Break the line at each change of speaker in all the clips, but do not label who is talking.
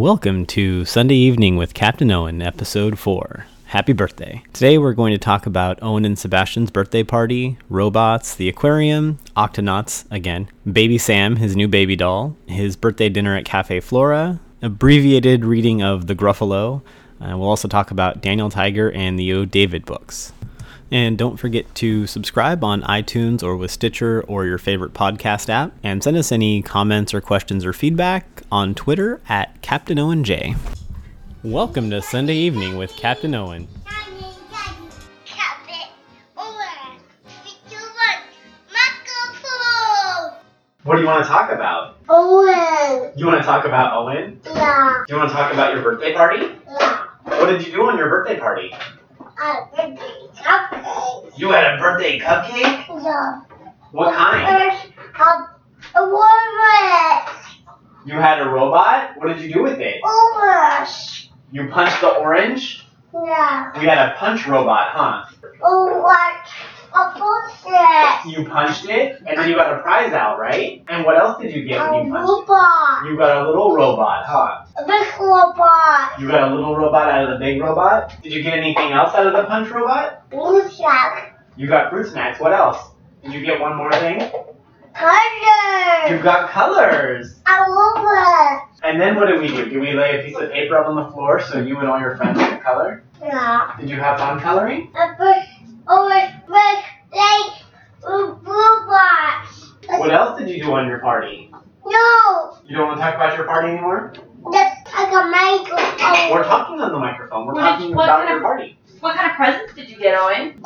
Welcome to Sunday Evening with Captain Owen, Episode 4. Happy birthday. Today we're going to talk about Owen and Sebastian's birthday party, robots, the aquarium, Octonauts, again, Baby Sam, his new baby doll, his birthday dinner at Cafe Flora, abbreviated reading of The Gruffalo. Uh, we'll also talk about Daniel Tiger and the O. David books. And don't forget to subscribe on iTunes or with Stitcher or your favorite podcast app. And send us any comments or questions or feedback on Twitter at Captain Owen J. Welcome to Sunday Evening with Captain Owen. What do you want to talk about? You want to talk about Owen? Do you want to talk about your birthday party? What did you do on your birthday party? You had a birthday cupcake? What kind? You had a robot? What did you do with it? You punched the orange? We had a punch robot, huh? You punched it, and then you got a prize out, right? And what else did you get when you punched it? You got a little robot, huh? You got a little robot out of the big robot? Did you get anything else out of the punch robot? You got fruit snacks. What else? Did you get one more thing? You got colors. And then what did we do? Did we lay a piece of paper up on the floor so you and all your friends could color? Did you have fun coloring? What else did you do on your party?
No,
You don't want to talk about your party anymore?
that's like a microphone.
We're talking on the microphone. We're
What did-
talking
what
about
kind
your
of-
party.
What kind of presents did you get, Owen?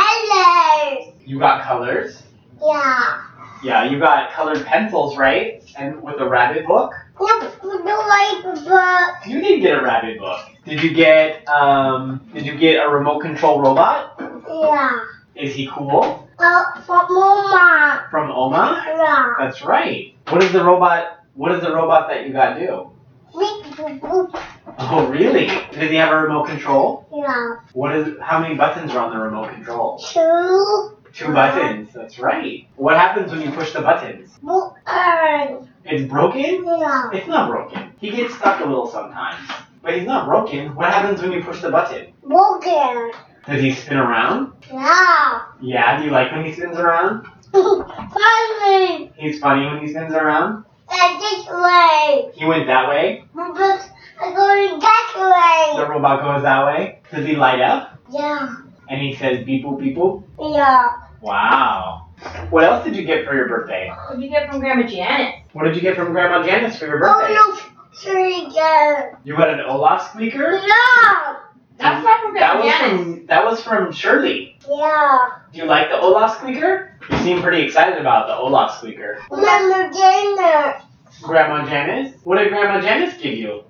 Colors.
You got colors.
Yeah.
Yeah, you got colored pencils, right? And with a rabbit book?
Nope, we don't like the book.
You did get a rabbit book. Did you get um did you get a remote control robot?
Yeah.
Is he cool?
Well, for Mama.
From Oma?
Yeah.
That's right. What is the robot what does the robot that you got do?
Make the book.
Oh really? Does he have a remote control?
Yeah.
What is how many buttons are on the remote control?
Two
Two buttons, that's right. What happens when you push the buttons?
book earn.
It's broken?
Yeah.
It's not broken. He gets stuck a little sometimes. But he's not broken. What happens when you push the button?
Book earn.
Does he spin around?
Yeah.
Yeah, do you like when he spins around?
Finally,
He's funny when he spins around.
I this way.
He went that way.
My books are going
The
that way.
robot goes that way. Does he light up?
Yeah.
And he says beep boop beep boop.
Yeah.
Wow. What else did you get for your birthday?
What did you get from Grandma Janet?
What did you get from Grandma Janice for your birthday?
Oh no, three again.
You got an Olaf squeaker?
Yeah.
That's not from
That
Grandma
was
Janet.
from that was from Shirley.
Yeah.
Do you like the Olaf squeaker? You seem pretty excited about the Olaf squeaker.
Mama Dinner.
Grandma Janice? What did Grandma Janice give you?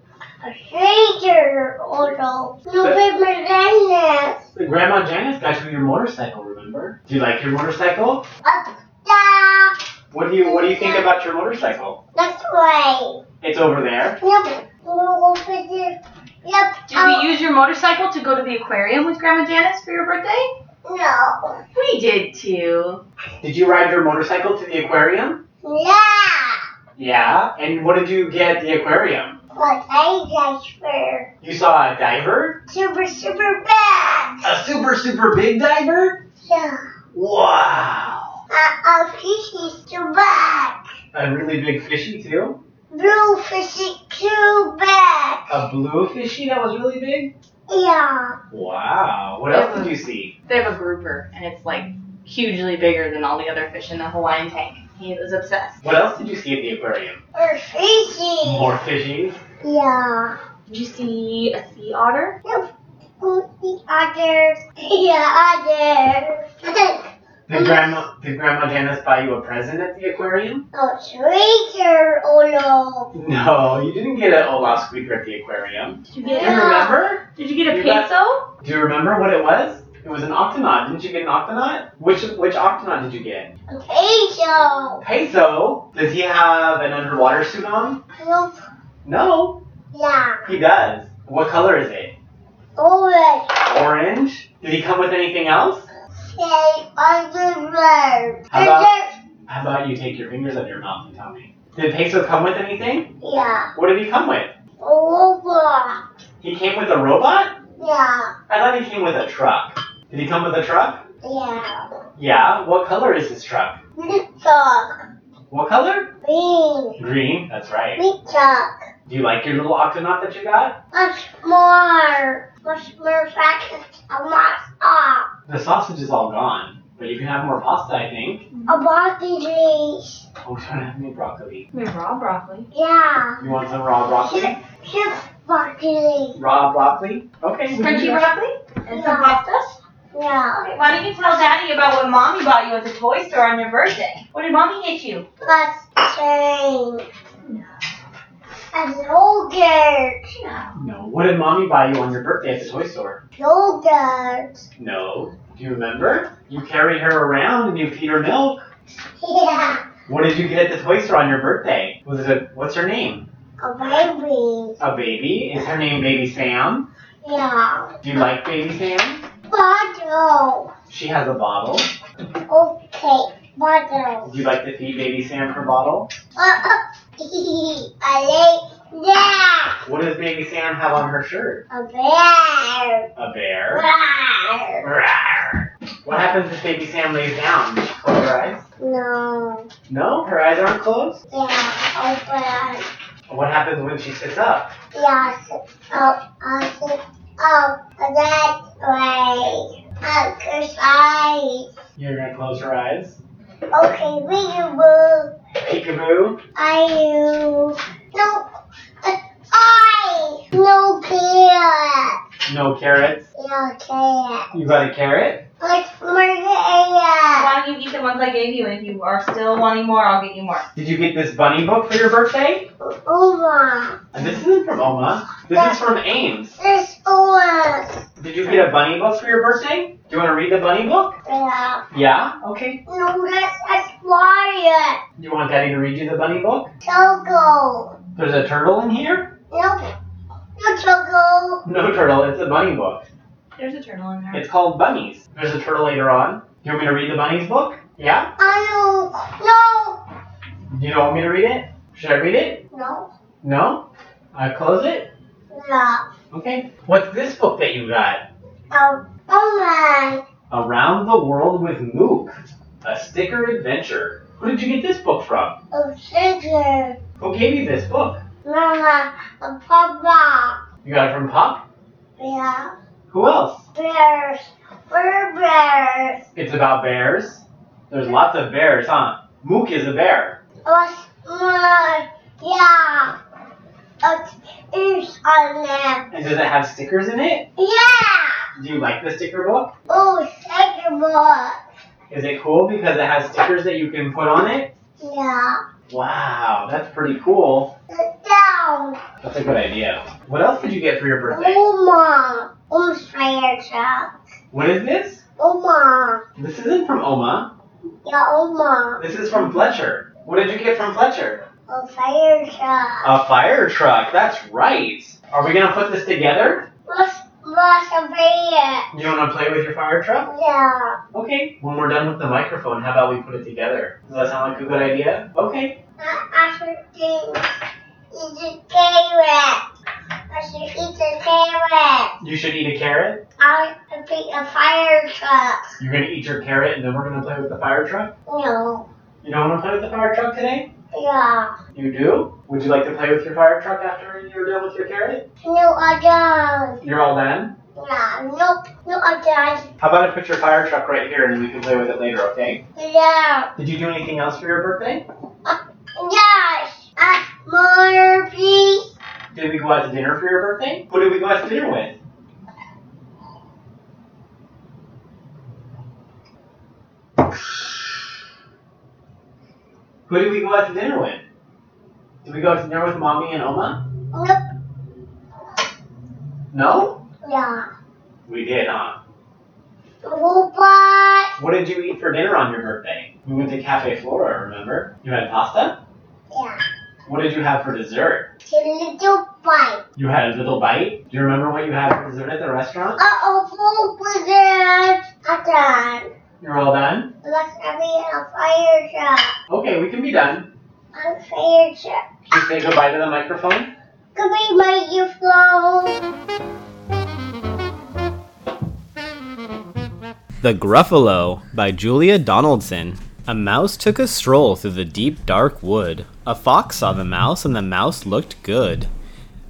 A stranger auto. Oh, No paper dentist.
Grandma Janice got you your motorcycle, remember? Do you like your motorcycle?
Up that
What do you what do you think about your motorcycle?
That's way.
It's over there.
Yep. We'll open it. Yep.
Did we use your motorcycle to go to the aquarium with Grandma Janice for your birthday?
No.
We did too.
Did you ride your motorcycle to the aquarium?
Yeah.
Yeah. And what did you get at the aquarium?
But I guess for
You saw a diver?
super super bad.
A super super big diver?
Yeah.
Wow.
Uh, a fishy too bad.
A really big fishy too?
Blue fishy too bad.
A blue fishy that was really big?
Yeah.
Wow. What else did you see?
They have a grouper, and it's like hugely bigger than all the other fish in the Hawaiian tank. He was obsessed.
What else did you see at the aquarium?
Or fishy.
More fishies?
Yeah.
Did you see a sea otter?
The others. The others.
Did grandma did grandma Janice buy you a present at the aquarium?
Oh, Tracer! Oh no!
No, you didn't get an Olaf squeaker at the aquarium.
Did you
Do
get
you
Yeah.
remember?
Did you get a
You got-
peso?
Do you remember what it was? It was an octonaut. Didn't you get an octonaut? Which which octonaut did you get?
Hazel!
Peso. Does he have an underwater suit on?
Nope.
No,
Yeah.
he does. What color is it?
Orange.
Orange. Did he come with anything else?
Say underwear.
How about-
Under-
How about you take your fingers out of your mouth and tell me? Did Peso come with anything?
Yeah.
What did he come with? He came with a robot?
Yeah.
I thought he came with a truck. Did he come with a truck?
Yeah.
Yeah. What color is his truck?
Meat truck.
What color?
Green.
Green. That's right.
Meat truck.
Do you like your little octonaut that you got?
Much more. Much more practice. ah. A lot off.
The sausage is all gone, but you can have more pasta, I think.
A body disease.
Oh, we don't have any broccoli.
We raw broccoli.
Yeah.
You want some raw broccoli?
Here's here's body disease.
Raw broccoli? Okay. we can
Crunchy
do that.
broccoli? And some
Yeah.
pastas?
Yeah.
Why don't you tell Daddy about what Mommy bought you at the toy store on your birthday? What did Mommy get you?
Let's change. As yogurt.
No. What did mommy buy you on your birthday at the toy store?
Yogurt.
No. Do you remember? You carry her around and you feed her milk.
Yeah.
What did you get at the toy store on your birthday? Was it a, what's her name?
A baby.
A baby? Is her name Baby Sam?
Yeah.
Do you like Baby Sam?
Bottle.
She has a bottle.
Okay. Bottle.
Do you like to feed Baby Sam her bottle?
I like that.
What does Baby Sam have on her shirt?
A bear.
A bear.
Bear.
Rawr. What happens if Baby Sam lays down? Does she Close her eyes?
No.
No, her eyes aren't closed.
Yeah. Oh, Open.
What happens when she sits up?
Yeah. Up. Up. Up. That way. Exercise.
You're gonna close her eyes.
Okay. Readable.
Peekaboo.
Are you? No. uh, I. No care.
No carrots.
No care.
You got a carrot?
Let's murder
Why don't you eat the ones I gave you? And if you are still wanting more, I'll get you more.
Did you get this bunny book for your birthday?
Over.
And this isn't from Oma. This is from Ames.
This over.
Did you get a bunny book for your birthday? Do you want to read the bunny book?
Yeah.
Yeah. Okay.
No, that's a warrior.
You want Daddy to read you the bunny book?
Choco.
There's a turtle in here?
Nope. No choco.
No turtle. It's a bunny book.
There's a turtle in there.
It's called Bunnies. There's a turtle later on. You want me to read the bunnies book? Yeah.
I
You don't want me to read it? Should I read it?
don't. No. No.
No. I close it.
Yeah.
Okay. What's this book that you got?
Oh, oh my.
Around the World with Mook, a sticker adventure. Who did you get this book from?
Oh, sister.
Who gave you this book?
Mama. A papa.
You got it from Pop?
Yeah.
Who else?
Bears. We're bears.
It's about bears. There's lots of bears, huh? Mook is a bear.
What's more? Yeah. It's ears on there.
And does it have stickers in it?
Yeah.
Do you like the sticker book?
Oh, second book.
Is it cool because it has stickers that you can put on it?
Yeah.
Wow, that's pretty cool.
Sit down.
That's a good idea. What else did you get for your birthday?
Oma. Oma's fire truck.
What is this?
Oma.
This isn't from Oma.
Yeah, Oma.
This is from Fletcher. What did you get from Fletcher?
A fire truck.
A fire truck, that's right. Are we gonna put this together?
What's, what's a bear?
You wanna play with your fire truck?
Yeah.
Okay. When we're done with the microphone, how about we put it together? Does that sound like a good idea? Okay.
I, I should do, eat a carrot. I should eat a carrot.
You should eat a carrot.
I should be a fire truck.
You're gonna eat your carrot and then we're gonna play with the fire truck?
No.
You don't wanna play with the fire truck today?
Yeah.
You do? Would you like to play with your fire truck after you're done with your carrot?
No, I don't.
You're all done?
Yeah. Nope. No, I
How about I put your fire truck right here and we can play with it later, okay?
don't. Yeah.
Did you do anything else for your birthday?
Yes, uh, more please.
Did we go out to dinner for your birthday? Who did we go out to dinner with? Who did we go out to dinner with? Did we go out to dinner with mommy and Oma?
Nope.
No?
Yeah.
We did, huh?
Robot.
What did you eat for dinner on your birthday? We went to Cafe Flora, remember? You had pasta?
Yeah.
What did you have for dessert?
The little bite.
You had a little bite? Do you remember what you had for dessert at the restaurant?
Uh oh, full wizard. Again.
You're all done?
Let's have a fire truck.
Okay, we can be done.
A fire truck.
Can you say goodbye to the microphone?
Could we make you flow?
The Gruffalo by Julia Donaldson. A mouse took a stroll through the deep dark wood. A fox saw the mouse, and the mouse looked good.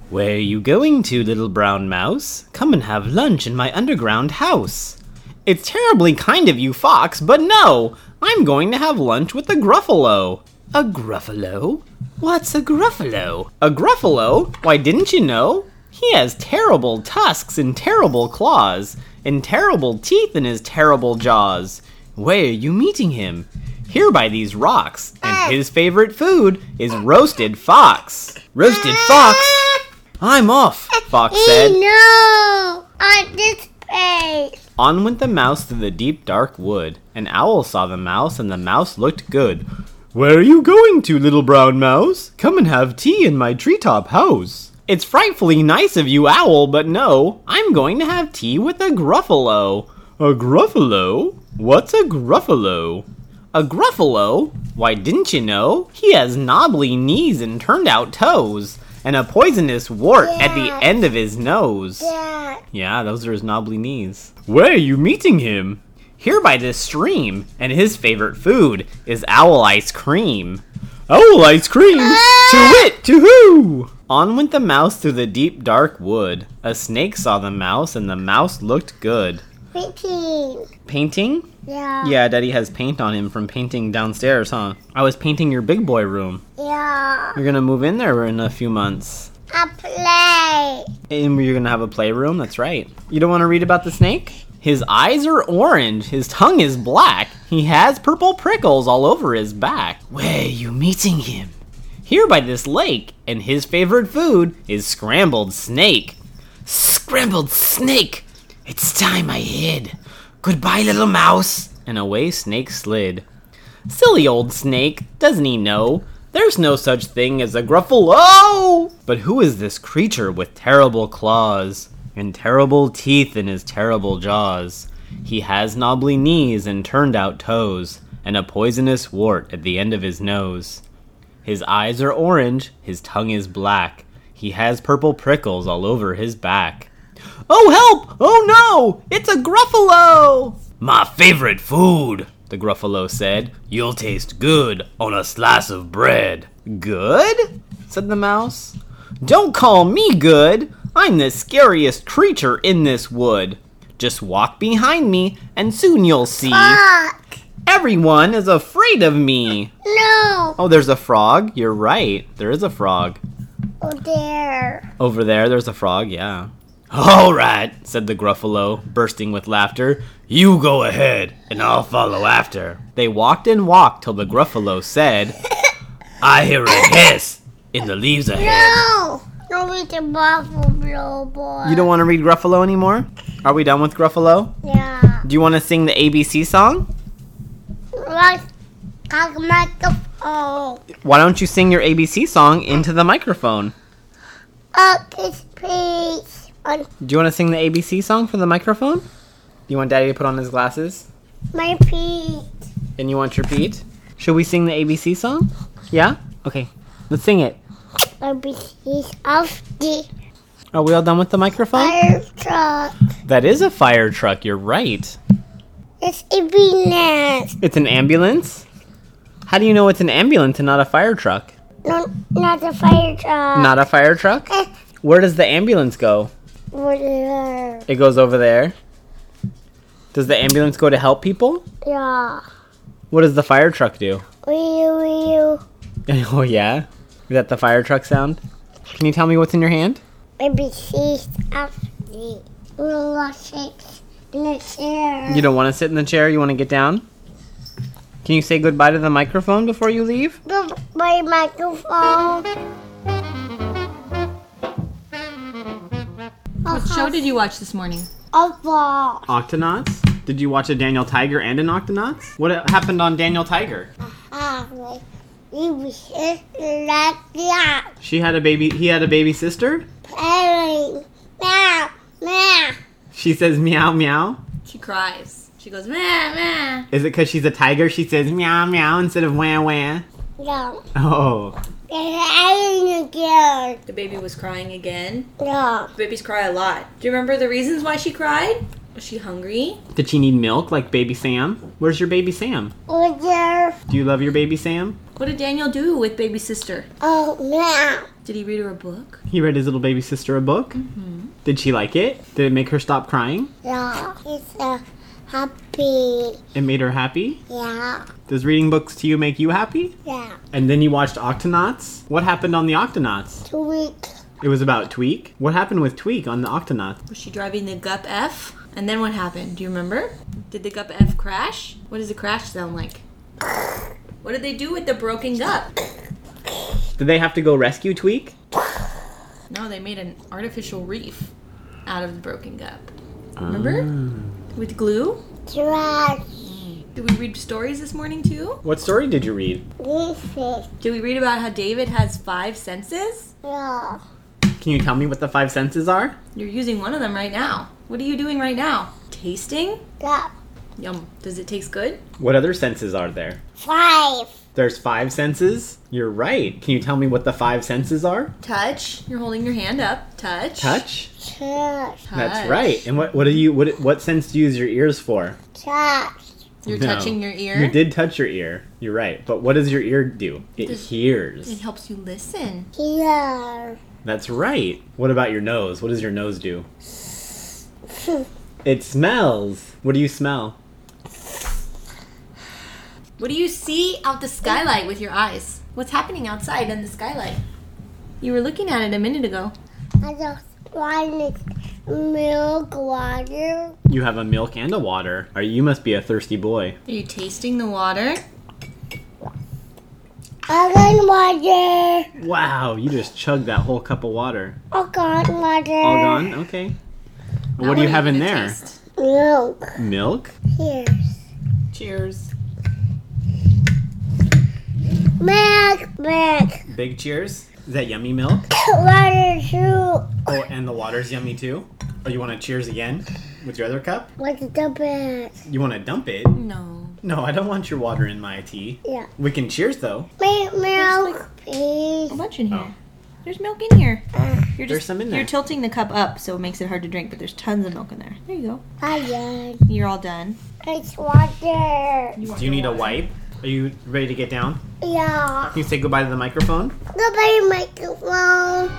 Where you going to, little brown mouse? Come and have lunch in my underground house. It's terribly kind of you, Fox, but no! I'm going to have lunch with the Gruffalo. A Gruffalo? What's a Gruffalo? A Gruffalo? Why didn't you know? He has terrible tusks and terrible claws, and terrible teeth in his terrible jaws. Where are you meeting him? Here by these rocks, and his favorite food is roasted fox. Roasted fox? I'm off, Fox said.
No, on this place.
On went the mouse through the deep dark wood. An owl saw the mouse, and the mouse looked good. Where are you going to, little brown mouse? Come and have tea in my treetop house. It's frightfully nice of you, owl, but no, I'm going to have tea with a gruffalo. A gruffalo? What's a gruffalo? A gruffalo? Why didn't you know? He has knobbly knees and turned out toes, and a poisonous wart at the end of his nose.
Yeah.
Yeah, those are his knobbly knees. Where are you meeting him? Here by this stream, and his favorite food is owl ice cream. Owl ice cream? to wit, to who? On went the mouse through the deep dark wood. A snake saw the mouse, and the mouse looked good.
Fifteen.
Painting?
Yeah.
Yeah, Daddy has paint on him from painting downstairs, huh? I was painting your big boy room.
Yeah.
You're gonna move in there in a few months.
I play.
And you're gonna have a playroom, that's right. You don't wanna read about the snake? His eyes are orange, his tongue is black, he has purple prickles all over his back. Where you meeting him? Here by this lake, and his favorite food is scrambled snake. Scrambled snake! It's time I hid. Goodbye, little mouse! And away Snake slid. Silly old snake, doesn't he know? There's no such thing as a Gruffalo! But who is this creature with terrible claws and terrible teeth in his terrible jaws? He has knobbly knees and turned out toes, and a poisonous wart at the end of his nose. His eyes are orange, his tongue is black, he has purple prickles all over his back. Oh, help! Oh no! It's a Gruffalo! My favorite food, the Gruffalo said. You'll taste good on a slice of bread. Good? said the mouse. Don't call me good! I'm the scariest creature in this wood. Just walk behind me, and soon you'll see.
Ah! Fuck.
Everyone is afraid of me.
No.
Oh, there's a frog. You're right. There is a frog.
Oh, there.
Over there, there's a frog, yeah. All right, said the Gruffalo, bursting with laughter. You go ahead, and I'll follow after. They walked and walked till the Gruffalo said, I hear a hiss in the leaves ahead.
No. No, we can waffle blow boy.
You don't want to read Gruffalo anymore? Are we done with Gruffalo?
Yeah.
Do you want to sing the ABC song?
Right. Cock microphone.
Why don't you sing your ABC song into the microphone?
Up this place. On
Do you want to sing the ABC song from the microphone? You want Daddy to put on his glasses?
my feet.
And you want your beat? Should we sing the ABC song? Yeah? Okay. Let's sing it.
My pieces of the
Are we all done with the microphone?
fire truck.
That is a fire truck, you're right.
It's even next.
It's an ambulance? How do you know it's an ambulance and not a fire truck?
No, not the fire truck.
Not a fire truck?
Eh,
Where does the ambulance go?
whatever.
It goes over there. Does the ambulance go to help people?
Yeah.
What does the fire truck do?
Wee wee.
Oh, yeah? Is that the fire truck sound? Can you tell me what's in your hand?
Maybe she's up the little shapes in the chair.
You don't want to sit in the chair, you want to get down? Can you say goodbye to the microphone before you leave?
Go by microphone.
What show did you watch this morning?
A ball.
Octonauts? Did you watch a Daniel Tiger and an Octonauts? What happened on Daniel Tiger?
Ah, You was just like that.
She had a baby. He had a baby sister.
Playing. Now, now.
She says meow meow.
She cries. She goes, meh, meh.
Is it because she's a tiger? She says meow meow instead of wah wah.
No.
Oh,
They're again.
The baby was crying again.
No.
Babies cry a lot. Do you remember the reasons why she cried? Was she hungry?
Did she need milk like baby Sam? Where's your baby Sam?
With your
Do you love your baby Sam?
What did Daniel do with baby sister?
oh meow.
Did he read her a book?
He read his little baby sister a book.
Mm-hmm.
Did she like it? Did it make her stop crying?
Yeah, it's a happy.
It made her happy?
Yeah,
Does reading books to you make you happy?
yeah.
And then you watched Octonauts? What happened on the Octonauts?
Two weeks.
It was about Tweak. What happened with Tweak on the Octonauts?
Was she driving the Gup F? And then what happened? Do you remember? Did the Gup F crash? What does the crash sound like? What did they do with the broken Gup?
Did they have to go rescue Tweak?
No, they made an artificial reef out of the broken Gup. Remember? With glue?
Trash.
Did we read stories this morning too?
What story did you read?
This is
Did we read about how David has five senses?
yeah.
Can you tell me what the five senses are?
You're using one of them right now. What are you doing right now? Tasting?
The
Yum. Does it taste good?
What other senses are there?
five.
There's five senses? You're right. Can you tell me what the five senses are?
Touch. You're holding your hand up. Touch.
Touch?
Trash.
That's
Touch.
right. And what what do you what what sense do you use your ears for?
Trash.
You're
No.
touching your ear.
You did touch your ear. You're right. But what does your ear do? It
Does- It
hears.
helps you listen.
Here.
That's right. What about your nose? What does your nose do? It smells. What do you smell?
What do you see out the skylight with your eyes? What's happening outside in the skylight? You were looking at it a minute ago.
I just wanted milk water.
You have a milk and a water. Or you must be a thirsty boy.
Are you tasting the water?
I got water.
Wow, you just chugged that whole cup of water.
I got water.
All gone? Okay. What do you have in there?
Milk.
Milk?
Here's
Cheers.
milk. Milk.
Big cheers. Is that yummy milk?
Water soup.
Oh, and the water's yummy too. Oh, you want to cheers again with your other cup?
What's the best?
You want to dump it?
No.
No, I don't want your water in my tea.
Yeah.
We can cheers though.
Milk. Milk. Please.
A bunch in here.
Oh.
There's milk in here. You're just,
There's some in there.
You're tilting the cup up, so it makes it hard to drink. But there's tons of milk in there. There you go.
Tired.
You're all done.
It's water.
Do you need a wipe? Are you ready to get down?
Yeah.
Can you say goodbye to the microphone?
Goodbye, microphone.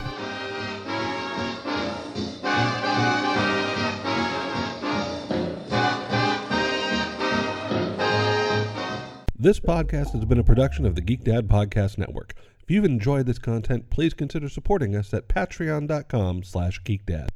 This podcast has been a production of the Geek Dad Podcast Network. If you've enjoyed this content, please consider supporting us at patreon.com slash geekdad.